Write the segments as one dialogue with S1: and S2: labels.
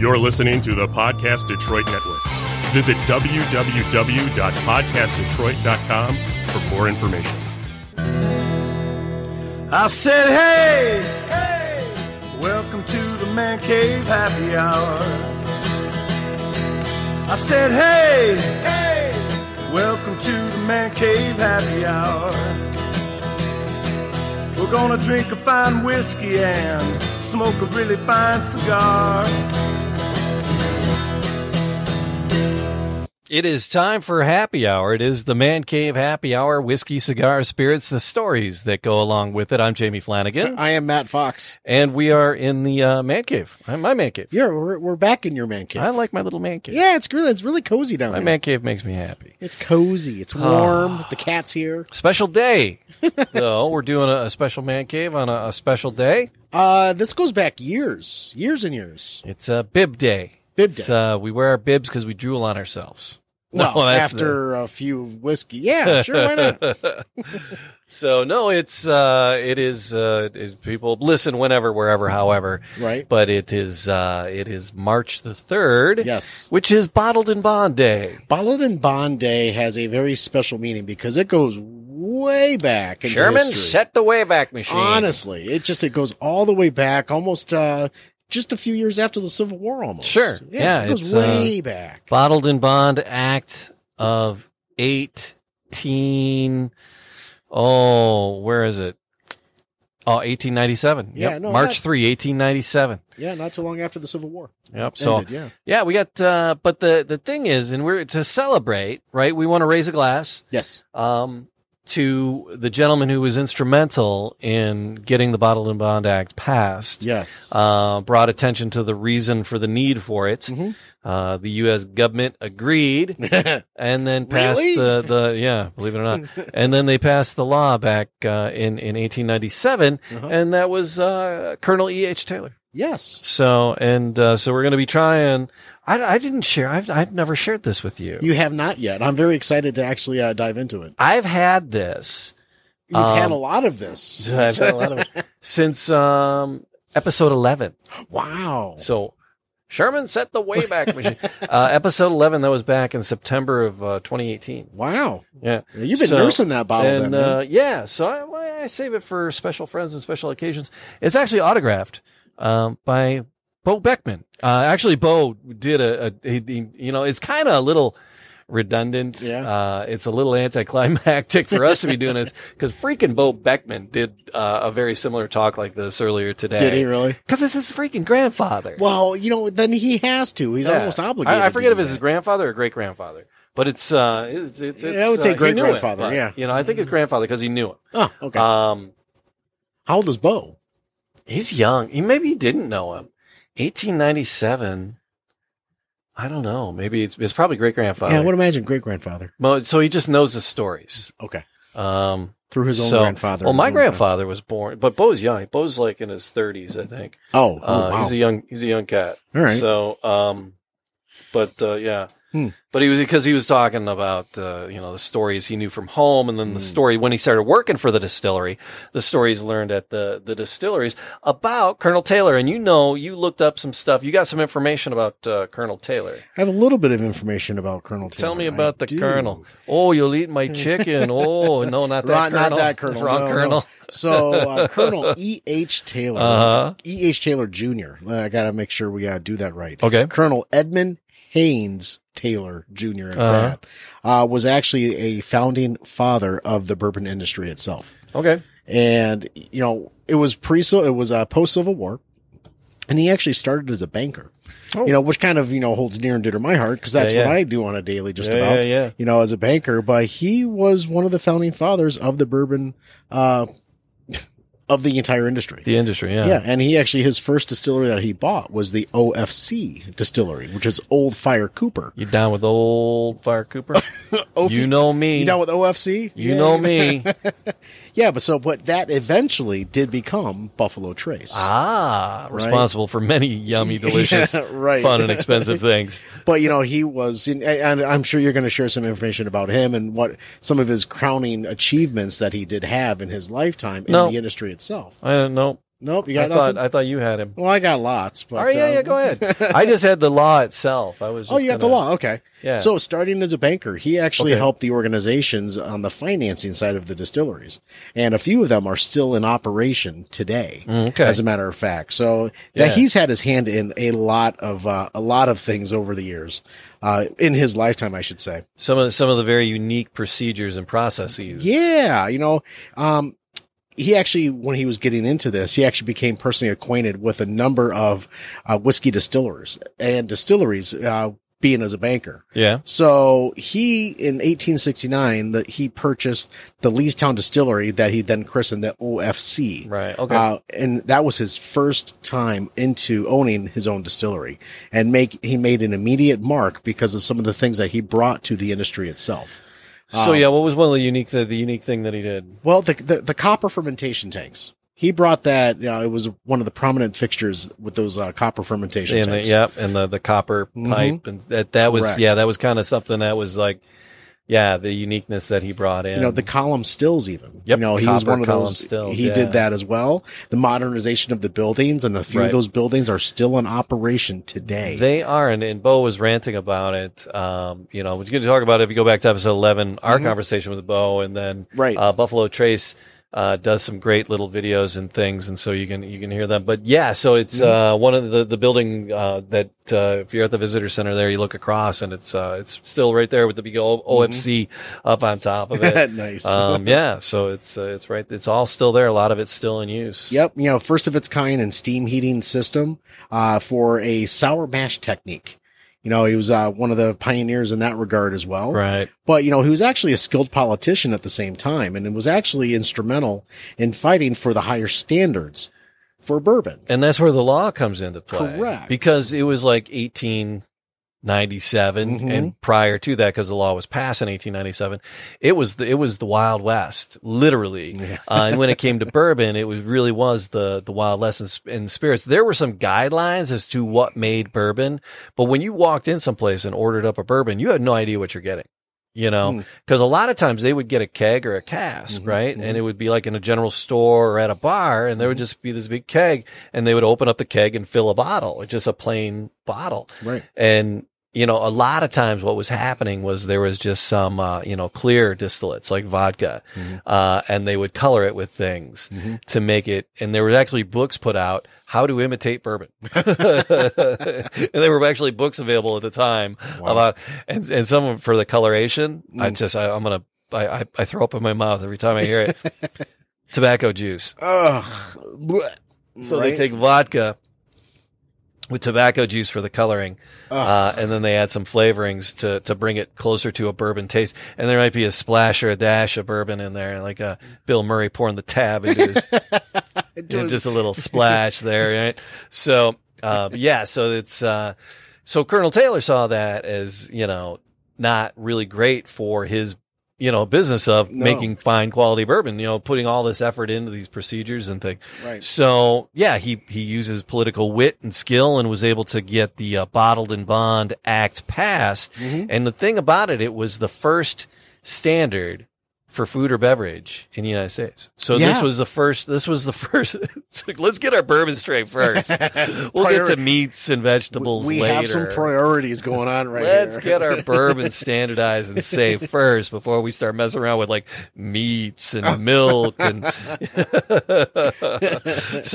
S1: You're listening to the Podcast Detroit Network. Visit www.podcastdetroit.com for more information.
S2: I said, hey, hey, welcome to the Man Cave Happy Hour. I said, hey, hey, welcome to the Man Cave Happy Hour. We're gonna drink a fine whiskey and smoke a really fine cigar.
S3: It is time for happy hour. It is the Man Cave Happy Hour, whiskey, cigar, spirits, the stories that go along with it. I'm Jamie Flanagan,
S4: I am Matt Fox.
S3: and we are in the uh, man cave. I'm my man cave.
S4: Yeah, we're, we're back in your man cave.
S3: I like my little man cave.
S4: yeah, it's really it's really cozy down
S3: My
S4: here.
S3: man Ah. cave makes me happy.
S4: it's cozy. It's warm. the cat's here.
S3: Special day, though. We're doing a, a special man cave on a, a special day.
S4: Uh, this goes back years, years and years.
S3: It's uh, bib day.
S4: Bib
S3: It's,
S4: day.
S3: uh, we wear our bibs because we drool on ourselves.
S4: Well,
S3: that's the-
S4: after a few whiskey, yeah, sure, why not?
S3: So no, it's uh, it is uh, it- people listen whenever, wherever, however.
S4: Right.
S3: But it is uh, it is March the third.
S4: Yes.
S3: Which is Bottled and Bond Day.
S4: Bottled and Bond Day has a very special meaning because it goes way back. Into
S3: Sherman,
S4: history.
S3: set the Wayback Machine.
S4: honestly, it just it goes all the way back, almost uh, just a few years after the Civil War, almost.
S3: Sure.
S4: yeah,
S3: Yeah,
S4: it goes
S3: it's, uh,
S4: way back.
S3: Bottled and Bond Act of eighteen. Oh, where is it? Oh, 1897.
S4: Yeah,
S3: yep.
S4: no,
S3: March
S4: that-
S3: 3, 1897.
S4: Yeah, not too long after the Civil War.
S3: Yep. So
S4: ended, yeah,
S3: Yeah, we got. Uh, but the the thing is, and we're to celebrate, right? We want to raise a glass
S4: yes,
S3: um, to the gentleman who was instrumental in getting the Bottled and Bond Act passed.
S4: yes.
S3: Uh, brought attention to the reason for the need for it.
S4: Mhm.
S3: Uh, the U.S. government agreed, and then passed
S4: Really?
S3: the, the yeah, believe it or not, and then they passed the law back uh, in in 1897,
S4: Uh-huh.
S3: and that was uh, Colonel E. H. Taylor.
S4: yes.
S3: So and uh, so we're going to be trying. I, I didn't share. I've I've never shared this with you.
S4: You have not yet. I'm very excited to actually uh, dive into it.
S3: I've had this.
S4: You've had
S3: Um,
S4: a lot of this.
S3: I've had a lot of it since um, episode eleven.
S4: Wow.
S3: So Sherman set the Wayback Machine. uh, episode eleven that was back in September of uh, 2018.
S4: Wow.
S3: Yeah,
S4: You've been
S3: So-
S4: nursing that bottle
S3: and
S4: then. man.
S3: uh, yeah, so I, well, I save it for special friends and special occasions. It's actually autographed um, by Bo Beckman. Uh, actually, Bo did a, a he, he- you know, it's kind of a little redundant.
S4: Yeah.
S3: Uh, it's a little anticlimactic for us to be doing this because freaking Bo Beckman did uh, a very similar talk like this earlier today.
S4: Did he really?
S3: Because it's his freaking grandfather.
S4: Well, you know, then he has to. He's
S3: Yeah.
S4: almost obligated.
S3: I, I
S4: to
S3: forget
S4: do
S3: if it's his
S4: that.
S3: grandfather or great grandfather, but it's uh, it's, it's,
S4: Yeah, I
S3: it's
S4: would say
S3: uh, he knew it,
S4: great-grandfather,
S3: but,
S4: yeah. Mm-hmm.
S3: you know, I think it's grandfather because he knew him.
S4: Oh, okay.
S3: Um,
S4: How old is Bo?
S3: he's young. He maybe he didn't know him. 1897. I don't know. Maybe it's, it's probably great grandfather.
S4: Yeah, I would imagine great grandfather.
S3: so he just knows the stories.
S4: Okay.
S3: Um,
S4: Through his own
S3: so-
S4: grandfather.
S3: Well,
S4: his
S3: my
S4: own
S3: grandfather was born, but Bo's young. Bo's like in his 30s, I think.
S4: grand- Oh, oh,
S3: Uh,
S4: wow.
S3: He's a young. He's a young cat.
S4: All right.
S3: So, um, but uh, yeah,
S4: Hmm.
S3: but he was because he was talking about uh, you know the stories he knew from home, and then the
S4: Hmm.
S3: story when he started working for the distillery, the stories learned at the the distilleries about Colonel Taylor. And you know, you looked up some stuff. You got some information about uh, Colonel Taylor.
S4: I have a little bit of information about Colonel Taylor.
S3: Tell me
S4: I
S3: about the
S4: do.
S3: Colonel. Oh, you'll eat my chicken. oh, no, not that
S4: Not,
S3: Colonel.
S4: not that Colonel.
S3: Wrong
S4: No, no.
S3: Colonel.
S4: So uh, Colonel E. H. Taylor,
S3: Uh-huh.
S4: E. H. Taylor Jr. Uh, I gotta make sure we uh, do that right.
S3: Okay.
S4: Colonel Edmund Haynes Taylor Jr. at
S3: Uh-huh.
S4: that, uh, was actually a founding father of the bourbon industry itself,
S3: Okay.
S4: and you know it was pre it was uh, post Civil War, and he actually started as a banker.
S3: Oh.
S4: You know, which kind of you know holds near and dear to my heart because that's
S3: Yeah, yeah.
S4: what I do on a daily, just
S3: Yeah,
S4: about
S3: yeah, yeah.
S4: you know, as a banker, but he was one of the founding fathers of the bourbon, uh, of the entire industry.
S3: The industry. Yeah.
S4: yeah, and he actually his first distillery that he bought was the OFC distillery, which is Old Fire Cooper.
S3: You down with old Fire Cooper?
S4: OF-
S3: you know me.
S4: you down with OFC?
S3: You
S4: Yeah.
S3: know me.
S4: Yeah, but so but that eventually did become Buffalo Trace.
S3: ah, responsible for many yummy, delicious,
S4: Yeah, right.
S3: fun, and expensive things.
S4: But you know, he was, in, and I'm sure you're going to share some information about him and what some of his crowning achievements that he did have in his lifetime in
S3: No.
S4: the industry itself.
S3: I don't know.
S4: Nope, you
S3: I
S4: got
S3: thought
S4: nothing.
S3: I thought you had him.
S4: well, I got lots. But,
S3: All right, yeah,
S4: um,
S3: yeah, go ahead. I just had the law itself. I was. Just
S4: oh, you got the
S3: gonna-
S4: law. Okay.
S3: Yeah.
S4: So, starting as a banker, he actually
S3: Okay.
S4: helped the organizations on the financing side of the distilleries, and a few of them are still in operation today.
S3: Mm, okay.
S4: As a matter of fact, so
S3: Yeah.
S4: that he's had his hand in a lot of uh, a lot of things over the years, uh, in his lifetime, I should say.
S3: some of the, some of the very unique procedures and processes.
S4: Yeah, you know, um, he actually, when he was getting into this, he actually became personally acquainted with a number of uh, whiskey distillers and distilleries, uh, being as a banker.
S3: Yeah.
S4: So he, in 1869, that he purchased the Leestown Distillery that he then christened the OFC.
S3: Right. Okay.
S4: Uh, and that was his first time into owning his own distillery, and make he made an immediate mark because of some of the things that he brought to the industry itself.
S3: so
S4: um,
S3: yeah, what was one of the unique the, the unique thing that he did?
S4: Well, the, the the copper fermentation tanks. He brought that. You know, it was one of the prominent fixtures with those uh, copper fermentation
S3: And the,
S4: tanks.
S3: yep, and the the copper
S4: Mhm.
S3: pipe, and that that was
S4: Correct.
S3: yeah, that was kind of something that was like, yeah, the uniqueness that he brought in.
S4: You know the column stills even.
S3: Yep,
S4: you know he was
S3: copper
S4: one of
S3: column
S4: those.
S3: stills,
S4: he
S3: yeah.
S4: did that as well. The modernization of the buildings and a few
S3: Right.
S4: of those buildings are still in operation today.
S3: They are, and, and Bo was ranting about it. Um, you know, we're going to talk about it if you go back to episode 11, our
S4: Mhm.
S3: conversation with Bo, and then
S4: Right.
S3: uh, Buffalo Trace uh, does some great little videos and things, and so you can you can hear them. But yeah, so it's
S4: Mm-hmm.
S3: uh, one of the the building uh, that uh, if you're at the visitor center there, you look across, and it's uh, it's still right there with the big o-
S4: Mm-hmm.
S3: OFC up on top of it.
S4: nice.
S3: um, yeah, so it's uh, it's right, it's all still there. A lot of it's still in use.
S4: Yep, you know, first of its kind in steam heating system uh, for a sour mash technique. You know, he was uh, one of the pioneers in that regard as well.
S3: Right.
S4: But you know, he was actually a skilled politician at the same time, and was actually instrumental in fighting for the higher standards for bourbon.
S3: And that's where the law comes into play.
S4: Correct.
S3: Because it was like 1897
S4: Mhm.
S3: and prior to that cuz the law was passed in 1897, it was the, it was the Wild West, literally. Uh, and when it came to bourbon, it was really was the the Wild West and, sp- and spirits. There were some guidelines as to what made bourbon, but when you walked in someplace and ordered up a bourbon, you had no idea what you're getting. You know,
S4: Mm.
S3: because a lot of times they would get a keg or a cask,
S4: Mhm,
S3: right?
S4: mhm.
S3: And it would be like in a general store or at a bar, and there would just be this big keg, and they would open up the keg and fill a bottle, just a plain bottle.
S4: Right.
S3: And you know, a lot of times what was happening was there was just some uh, you know clear distillates like vodka,
S4: Mhm.
S3: uh, and they would color it with things
S4: Mhm.
S3: to make it. And there was actually books put out how to imitate bourbon, and there were actually books available at the time
S4: Wow.
S3: about and and some of- for the coloration. I
S4: Mm.
S3: just I, I'm gonna I, I I throw up in my mouth every time I hear it. Tobacco juice.
S4: Ugh. Blech.
S3: So
S4: Right?
S3: they take vodka with tobacco juice for the coloring, uh, and then they add some flavorings to to bring it closer to a bourbon taste. And there might be a splash or a dash of bourbon in there, like uh, Bill Murray pouring the tab into his
S4: It
S3: and
S4: was-
S3: just a little splash there, right? So, uh, but yeah, so it's uh, so Colonel Taylor saw that as you know not really great for his you know business of
S4: No.
S3: making fine quality bourbon. You know, putting all this effort into these procedures and things.
S4: right.
S3: So yeah, he he uses political wit and skill and was able to get the uh, Bottled and Bond Act passed.
S4: Mhm.
S3: And the thing about it, it was the first standard for food or beverage in the United States. So this
S4: Yeah.
S3: was the first. This was the first. it's like, let's get our bourbon straight first. we'll get to
S4: Priority.
S3: meats and vegetables
S4: we
S3: later.
S4: have some priorities going on right
S3: Let's
S4: here.
S3: get our bourbon standardized and safe first before we start messing around with like meats and milk and so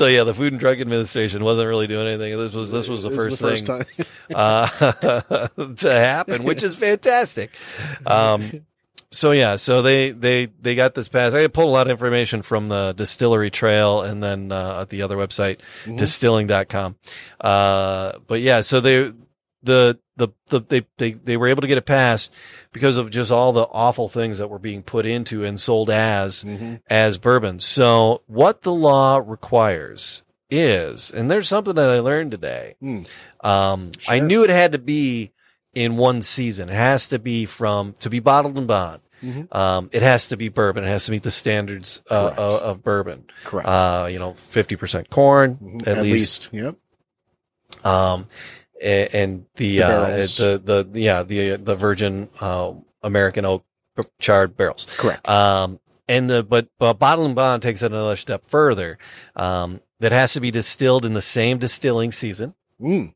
S3: yeah, the Food and Drug Administration wasn't really doing anything. This was this was the
S4: This
S3: first
S4: is the first
S3: thing
S4: time.
S3: uh, to happen, which is fantastic. Um, so yeah, so they they they got this pass. I pulled a lot of information from the Distillery Trail and then uh, at the other website
S4: Mhm.
S3: distilling.com. Uh, but yeah, so they the the, the they, they they were able to get it passed because of just all the awful things that were being put into and sold as
S4: Mhm.
S3: as bourbon. So what the law requires is, and there's something that I learned today.
S4: Hmm.
S3: Um, I
S4: Sure.
S3: knew it had to be in one season. It has to be from to be bottled and bond.
S4: Mhm.
S3: Um, it has to be bourbon. It has to meet the standards uh,
S4: Correct.
S3: of, of bourbon.
S4: Correct.
S3: Uh, you know, fifty percent corn
S4: Mhm.
S3: at, least.
S4: Yep.
S3: Um, a- and the
S4: The
S3: uh,
S4: barrels.
S3: the the yeah the the virgin uh, American oak charred barrels.
S4: Correct.
S3: Um, and the but, but bottle and bond takes it another step further. Um, that has to be distilled in the same distilling season.
S4: Mm.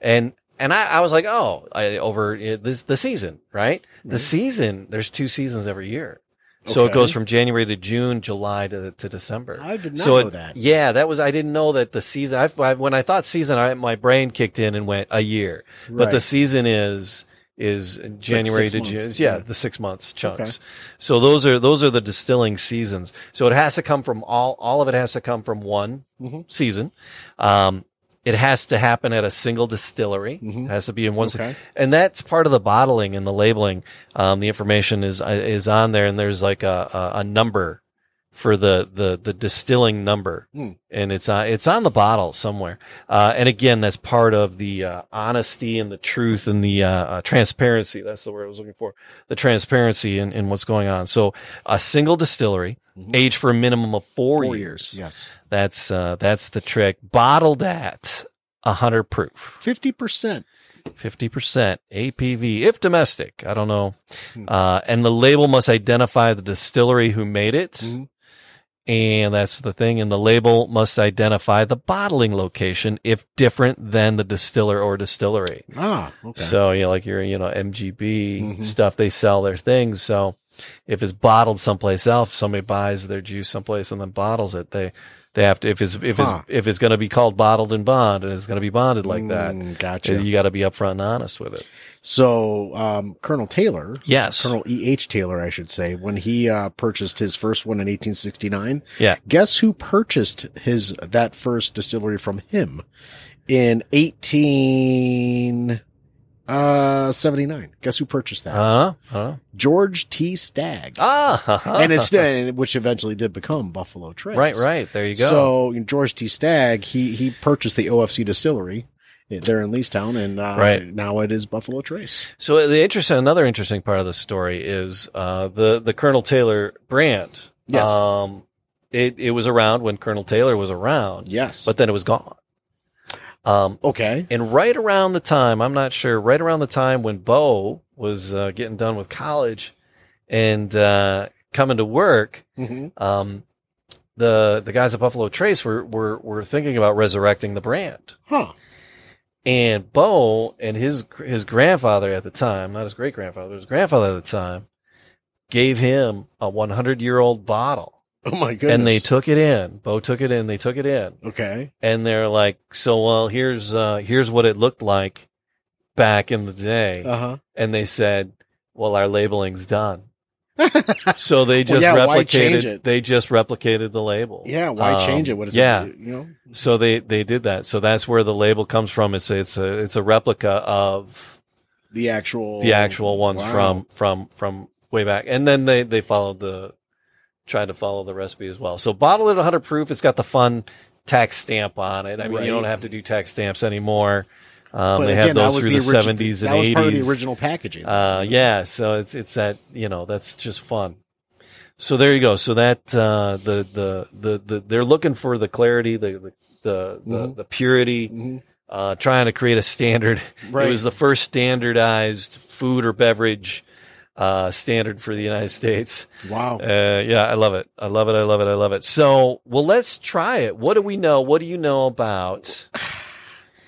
S3: and and I, I was like, oh, I, over uh, this the season, right? The season. There's two seasons every year, so
S4: Mm-hmm. Okay.
S3: it goes from January to June, July to, to December.
S4: I did not
S3: so
S4: know
S3: it-
S4: that.
S3: Yeah, that was I didn't know that the season. I, I when I thought season, I, my brain kicked in and went a year, but the
S4: Right.
S3: season is is January
S4: six
S3: to
S4: months.
S3: June. Yeah,
S4: Yeah.
S3: the six months chunks.
S4: Okay.
S3: So those are those are the distilling seasons. So it has to come from all all of it has to come from one
S4: Mhm.
S3: season. Um, it has to happen at a single distillery.
S4: Mhm.
S3: It has to be in one,
S4: Okay.
S3: and that's part of the bottling and the labeling. Um, the information is is on there, and there's like a a, a number for the, the the distilling number,
S4: Hmm.
S3: and it's on it's on the bottle somewhere. Uh, and again, that's part of the uh, honesty and the truth and the uh, uh, transparency. That's the word I was looking for. The transparency in, in what's going on. So a single distillery,
S4: Mhm.
S3: aged for a minimum of four,
S4: Four
S3: years.
S4: years. Yes.
S3: That's uh, that's the trick. Bottled at hundred proof.
S4: 50%.
S3: Fifty percent APV if domestic. I don't know. Uh, and the label must identify the distillery who made it,
S4: Mhm.
S3: and that's the thing. And the label must identify the bottling location if different than the distiller or distillery.
S4: Ah, okay.
S3: So you know, like your you know MGB
S4: Mhm.
S3: stuff, they sell their things. So if it's bottled someplace else, somebody buys their juice someplace and then bottles it. They they have to if it's if
S4: Huh.
S3: it's if it's going to be called bottled and bond and it's going to be bonded like that.
S4: Mm, Gotcha.
S3: You got to be upfront and honest with it.
S4: so, um, Colonel Taylor,
S3: Yes.
S4: Colonel E.H. Taylor, I should say, when he uh, purchased his first one in 1869.
S3: Yeah.
S4: Guess who purchased his that first distillery from him in 18 uh 79 guess who purchased that
S3: Huh? Huh?
S4: george t stagg
S3: Ah. uh-huh.
S4: and it's and- which eventually did become buffalo trace
S3: right, right. There you go.
S4: so george t stagg he he purchased the ofc distillery there in leestown and uh,
S3: Right.
S4: now it is buffalo trace
S3: So the interesting, another interesting part of the story is uh, the the Colonel Taylor brand.
S4: Yes.
S3: Um, it it was around when Colonel Taylor was around,
S4: yes
S3: but then it was gone. Um,
S4: okay
S3: and right around the time, I'm not sure, right around the time when Bo was uh, getting done with college and uh, coming to work,
S4: hmm
S3: um, the the guys at Buffalo Trace were were were thinking about resurrecting the brand.
S4: huh
S3: And Bo and his his grandfather at the time, not his great grandfather, his grandfather at the time, gave him a 100 year old bottle,
S4: oh my goodness
S3: and they took it in. Bo took it in. They took it in,
S4: okay
S3: and they're like, "So well, here's uh, here's what it looked like back in the day."
S4: uh-huh
S3: and they said, "Well, our labeling's done." so they
S4: Well,
S3: just
S4: yeah, why change
S3: replicated.
S4: it?
S3: They just replicated the label.
S4: yeah why
S3: Um,
S4: change it what is
S3: yeah.
S4: it you know
S3: So they they did that. So that's where the label comes from. It's it's a it's a replica of
S4: the actual
S3: the actual ones
S4: Wow.
S3: from from from way back and then they they followed the tried to follow the recipe as well so bottle it 100 proof it's got the fun tax stamp on it i mean
S4: Right.
S3: you don't have to do tax stamps anymore um,
S4: But
S3: they
S4: again,
S3: have
S4: that
S3: those
S4: was
S3: through
S4: the
S3: the,
S4: origi-
S3: 70s
S4: that was
S3: and
S4: part of
S3: 80s
S4: the original packaging
S3: uh, yeah so it's it's that you know that's just fun so there you go so that uh the the the, the they're looking for the clarity the the the, the,
S4: Mhm.
S3: the purity
S4: Mhm.
S3: uh, trying to create a standard.
S4: Right.
S3: It was the first standardized food or beverage uh, standard for the United States.
S4: wow
S3: Uh, yeah, I love it. I love it. I love it. I love it. So, well, let's try it. What do we know? What do you know about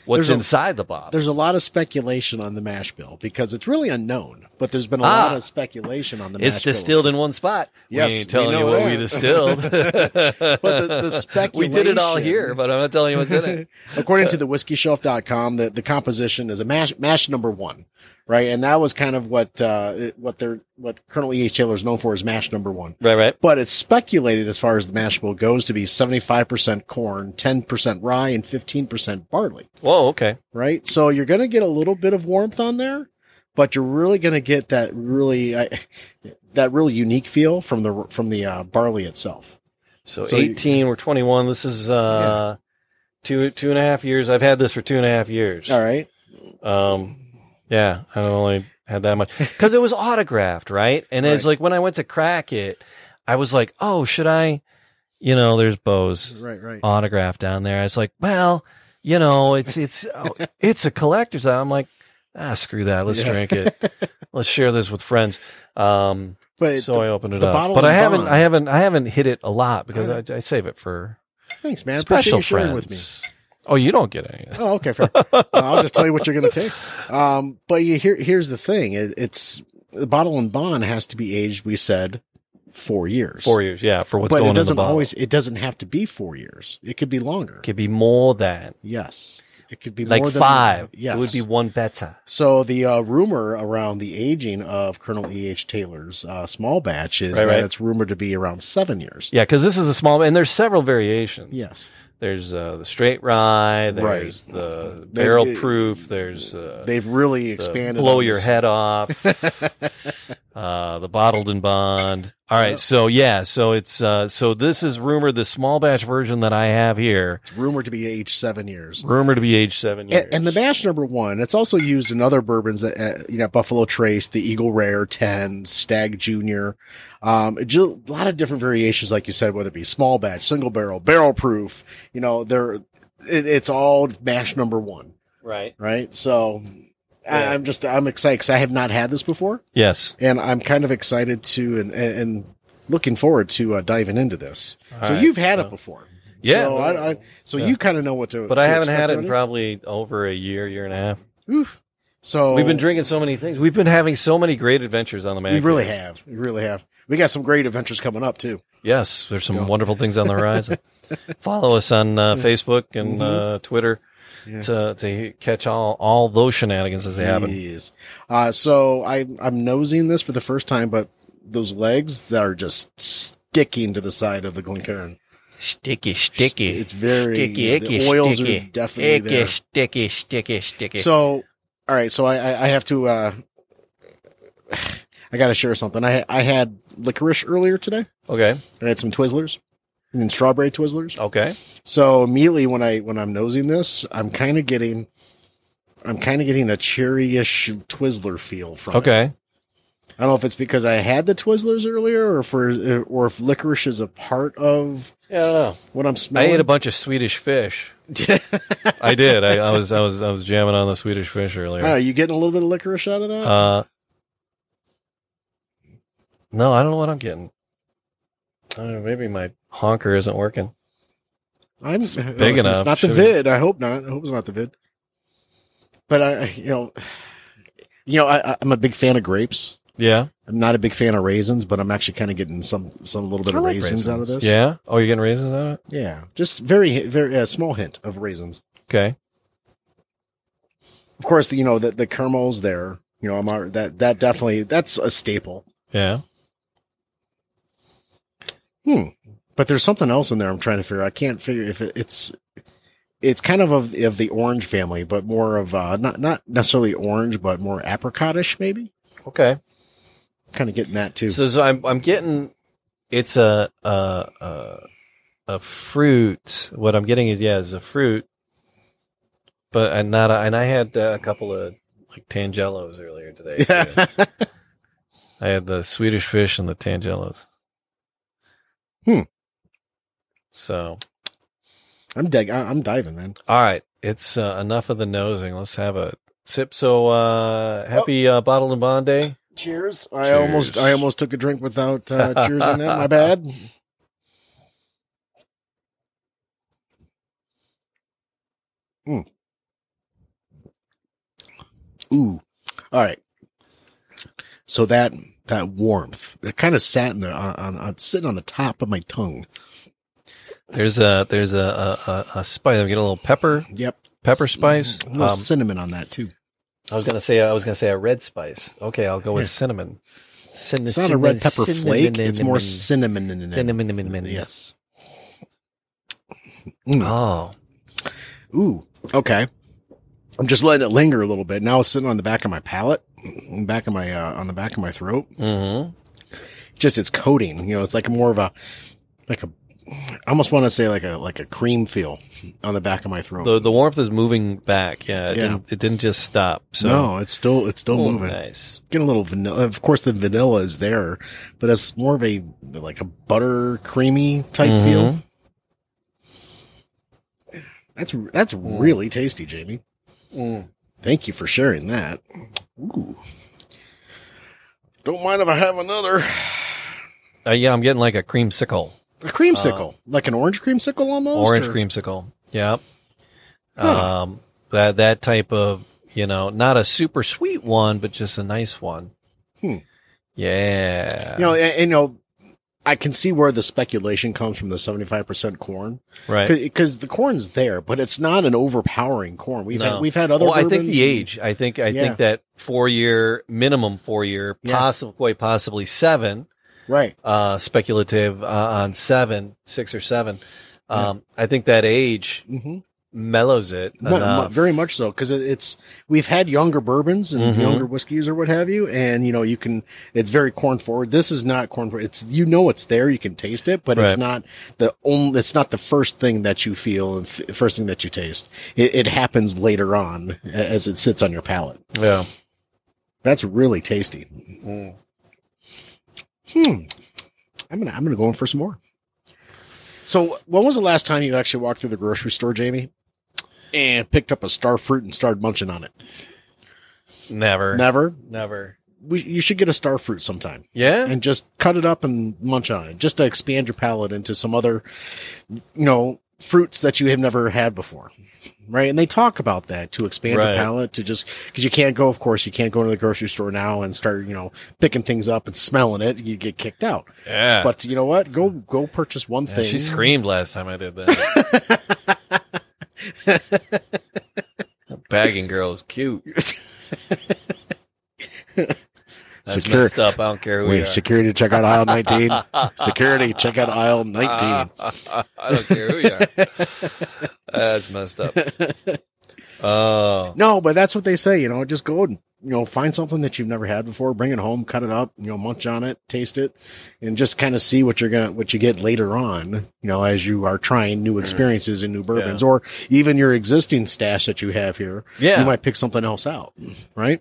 S3: what's
S4: There's a-
S3: inside the bottle?
S4: there's a lot of speculation on the mash bill because it's really unknown but there's been a
S3: Ah.
S4: lot of speculation on the
S3: It's
S4: mash bill
S3: distilled
S4: itself.
S3: in one spot.
S4: Yes,
S3: we ain't
S4: we
S3: telling you
S4: know
S3: what
S4: that.
S3: we distilled. but
S4: the
S3: we did it all
S4: speculation-
S3: here, but I'm not telling you what's in it.
S4: According to the whiskeyshelf.com, the, the composition is a mash, mash number one, right? And that was kind of what, uh, it- what they're, what Colonel E.H. Taylor is known for is mash number one.
S3: Right, right.
S4: But it's speculated as far as the mash bill goes to be 75% corn, 10% rye, and 15% barley,
S3: Whoa, okay.
S4: right? So you're going to get a little bit of warmth on there, but you're really going to get that really, I that real unique feel from the, from the, uh, barley itself.
S3: So,
S4: So you-
S3: 18 we're 21. This is uh, two two and a half years. I've had this for two and a half years.
S4: All right.
S3: Um, yeah, I only had that much because it was autographed, right? And it's
S4: Right.
S3: like when I went to crack it, I was like, oh, should I? You know, there's Bo's
S4: Right, right.
S3: autograph down there. I was like, well, you know, it's it's oh, it's a collector's. item. I'm like, ah, screw that. Let's
S4: Yeah.
S3: drink it. Let's share this with friends. Um,
S4: But
S3: so
S4: the-
S3: I opened it
S4: the
S3: up,
S4: bottle
S3: but
S4: is
S3: I haven't,
S4: gone.
S3: I haven't, I haven't hit it a lot because
S4: Alright.
S3: I, I save it for
S4: Thanks, man. I appreciate
S3: special
S4: you sharing
S3: friends.
S4: with me.
S3: Oh, you don't get any.
S4: Oh, okay, fair. Uh, I'll just tell you what you're going to taste. Um, but you, here, here's the thing: it, it's the bottle and bond has to be aged. We said four years.
S3: Four years, yeah, for what's
S4: but
S3: going
S4: it
S3: on in the
S4: doesn't
S3: bottle.
S4: always. It doesn't have to be four years. It could be longer.
S3: could be more than
S4: yes, it could be
S3: like
S4: more than-
S3: five.
S4: Yes,
S3: It would be one better.
S4: So the uh, rumor around the aging of Colonel E. H. Taylor's uh, small batch is
S3: Right,
S4: that
S3: right.
S4: it's rumored to be around seven years.
S3: Yeah, because this is a small, and there's several variations.
S4: Yes,
S3: There's uh, the straight rye.
S4: Right.
S3: There's the
S4: They-
S3: barrel proof. There's uh,
S4: they've really
S3: the
S4: expanded.
S3: blow
S4: on
S3: your
S4: this.
S3: head off. uh, the bottled and bond. All right, so yeah, so it's uh, so this is rumored the small batch version that I have here,
S4: It's rumored to be aged seven years.
S3: rumored to be age seven years.
S4: And, and the batch number one, it's also used in other bourbons that uh, you know Buffalo Trace, the Eagle Rare, Ten, Stag Junior, um, it ju- a lot of different variations, like you said, whether it be small batch, single barrel, barrel proof. You know, they're it, it's all mash number one,
S3: right?
S4: right? So I, I'm just I'm excited because I have not had this before,
S3: Yes.
S4: and I'm kind of excited to and and, and looking forward to uh, diving into this.
S3: All
S4: so
S3: right,
S4: you've had it
S3: so-
S4: before.
S3: Yeah.
S4: So, I, I, so
S3: Yeah.
S4: you kind of know what to.
S3: But I
S4: to
S3: haven't had
S4: expect
S3: it in
S4: already?
S3: probably over a year, year and a half.
S4: Oof. So
S3: We've been drinking so many things. We've been having so many great adventures on the
S4: We
S3: man.
S4: really have. We really have. We got some great adventures coming up too.
S3: Yes, there's some wonderful things on the horizon. Follow us on uh,
S4: Mm-hmm.
S3: Facebook and uh, Twitter to to catch all all those shenanigans as they happen.
S4: Yes. Uh, so I I'm nosing this for the first time, but those legs that are just sticking to the side of the Glencairn.
S3: Sticky,
S4: It's very the oils are definitely there.
S3: sticky, sticky, sticky.
S4: So all right, so I I, I have to. Uh, I got to share something. I I had licorice earlier today.
S3: okay,
S4: I had some Twizzlers and then strawberry Twizzlers.
S3: okay,
S4: So immediately when I when I'm nosing this, I'm kind of getting, I'm kind of getting a cherry-ish Twizzler feel from. it.
S3: okay.
S4: I don't know if it's because I had the Twizzlers earlier, or for or if licorice is a part of
S3: Yeah, I don't know.
S4: what I'm
S3: I
S4: smelling.
S3: ate a bunch of Swedish fish. I did. I, I was I was I was jamming on the Swedish fish
S4: Oh, are
S3: earlier.
S4: you getting a little bit of licorice out of that?
S3: Uh, no, I don't know what I'm getting. Uh, maybe my honker isn't working.
S4: I'm uh,
S3: it's big
S4: it's
S3: enough,
S4: not the
S3: should be.
S4: vid. I hope not. I hope it's not the vid. But I, I- you know, you know, I, I- I'm a big fan of grapes.
S3: Yeah.
S4: I'm not a big fan of raisins, but I'm actually kind of getting some some little bit
S3: I
S4: of
S3: like
S4: raisins, out of this.
S3: Yeah. Oh, you're getting raisins on it?
S4: Yeah, just very, very uh, small hint of raisins.
S3: Okay.
S4: Of course, you know the the caramel's there. You know, I'm al- that that definitely that's a staple.
S3: Yeah.
S4: Hmm. But there's something else in there. I'm trying to figure. I can't figure if it, it's it's kind of of of the orange family, but more of uh, not not necessarily orange, but more apricotish maybe.
S3: Okay.
S4: Kind of getting that too.
S3: So, so I'm I'm getting it's a a a, a fruit. What I'm getting is yeah, it's a fruit. But and not a, and I had uh, a couple of like tangelos earlier today. too.
S4: yeah.
S3: I had the Swedish fish and the tangelos.
S4: Hmm.
S3: So
S4: I'm dig- I, I'm diving, man.
S3: all right, it's uh, enough of the nosing. Let's have a sip. So uh, happy uh, bottled and bond day.
S4: Cheers. I almost I almost took a drink without uh, cheers in that. My bad. Mm. Ooh. All right. So that that warmth that kind of sat in the on, on, on sitting on the top of my tongue.
S3: There's a there's a a, a, a spice. I'm getting a little pepper
S4: Yep.
S3: pepper spice.
S4: A mm, little
S3: Um,
S4: cinnamon on that too.
S3: I was gonna say I was gonna say a red spice. Okay, I'll go with cinnamon. Cinnamon.
S4: It's not a red pepper flake. It's more cinnamon in it.
S3: cinnamon. cinnamon.
S4: Yes. Mm.
S3: Oh,
S4: Ooh, okay. I'm just letting it linger a little bit. Now it's sitting on the back of my palate, back of my uh, on the back of my throat.
S3: mm-hmm.
S4: Just it's coating. You know, it's like more of a like a. I almost want to say like a like a cream feel on the back of my throat.
S3: the the warmth is moving back. Yeah, it,
S4: Yeah.
S3: Didn't, it didn't just stop. So
S4: no, it's still it's still
S3: Oh,
S4: moving.
S3: nice.
S4: Getting a little vanilla. Of course, the vanilla is there, but it's more of a like a butter creamy type
S3: Mhm.
S4: feel. That's that's really tasty, Jamie. Thank you for sharing that. Ooh. Don't mind if I have another.
S3: Uh, yeah, I'm getting like a creamsicle.
S4: A creamsicle, like an orange creamsicle almost.
S3: orange
S4: or-
S3: creamsicle. Yep.
S4: Huh.
S3: Um, that that type of you know not a super sweet one, but just a nice one.
S4: Hmm.
S3: Yeah.
S4: You know, and, and, you know, I can see where the speculation comes from the seventy five percent corn
S3: right.
S4: because the corn's there, but it's not an overpowering corn. We've
S3: No.
S4: had we've had other.
S3: Well, I think
S4: bourbons
S3: the
S4: and-
S3: age. I think I
S4: Yeah.
S3: think that four year minimum, four year,
S4: Yeah.
S3: possibly quite possibly seven.
S4: right?
S3: Uh, speculative uh, on seven, six or seven. Um, I think that age
S4: hmm
S3: mellows it. enough.
S4: very much so because it, it's we've had younger bourbons and
S3: Mhm.
S4: younger whiskeys or what have you, and you know you can. It's very corn forward. This is not corn forward. It's you know it's there. You can taste it, but
S3: Right.
S4: it's not the only. It's not the first thing that you feel and f- first thing that you taste. It, it happens later on a- as it sits on your palate.
S3: yeah.
S4: That's really tasty. Hmm. I'm gonna I'm gonna go in for some more. So when was the last time you actually walked through the grocery store, Jamie? And picked up a star fruit and started munching on it.
S3: Never.
S4: Never.
S3: Never.
S4: We, you should get a star fruit sometime
S3: Yeah.
S4: and just cut it up and munch on it, just to expand your palate into some other, you know, fruits that you have never had before, right? And they talk about that to expand
S3: Right.
S4: your palate to just because you can't go, of course, you can't go to the grocery store now and start, you know, picking things up and smelling it. You get kicked out.
S3: yeah.
S4: But you know what? Go go purchase one
S3: Yeah,
S4: thing.
S3: she screamed last time I did that. That Bagging girl is cute. That's
S4: Secure-
S3: messed up. I don't care who
S4: Wait,
S3: you are.
S4: security, check out aisle nineteen. security, check out aisle nineteen.
S3: Ah, I don't care who you are. That's messed up. Oh,
S4: No, but that's what they say. You know, just go and you know find something that you've never had before, bring it home, cut it up, you know, munch on it, taste it, and just kind of see what you're gonna what you get later on. You know, as you are trying
S3: Mm-hmm.
S4: new experiences and new bourbons, or even your existing stash that you have here,
S3: yeah.
S4: you might pick something else out, right?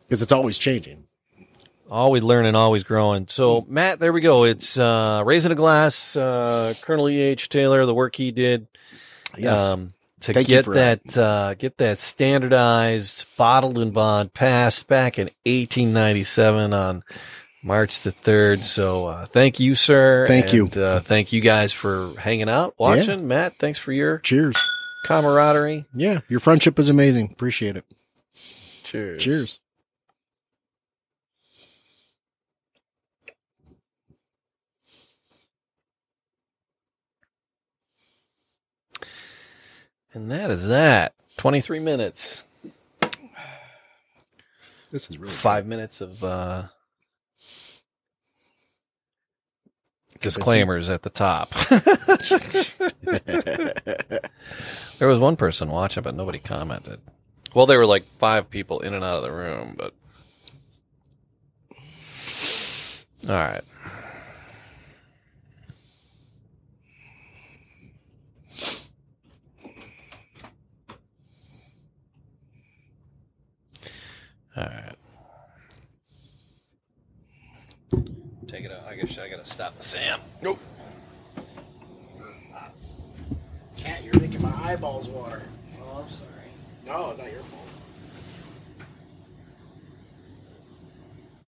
S4: Because it's always changing.
S3: always learning, always growing. So, Matt, there we go. It's uh, Raising a Glass, uh, Colonel E.H. Taylor, the work he did
S4: Yes.
S3: um, to
S4: Thank you
S3: get
S4: for
S3: that, uh, get that standardized bottled and bond passed back in 1897 on March the third. So uh, thank you, sir.
S4: Thank you.
S3: And, Uh, thank you guys for hanging out, watching. Matt, thanks for your
S4: Cheers.
S3: camaraderie.
S4: Yeah, your friendship is amazing. Appreciate it.
S3: Cheers.
S4: Cheers.
S3: And that is that. 23 minutes.
S4: This is really
S3: five minutes of uh, disclaimers at the top. there was one person watching, but nobody commented. Well, there were like five people in and out of the room, but. All right. All right. Take it out. I guess I gotta stop the Sam. Nope.
S4: Cat, you're making my eyeballs water.
S3: Oh, I'm sorry.
S4: No, not your fault.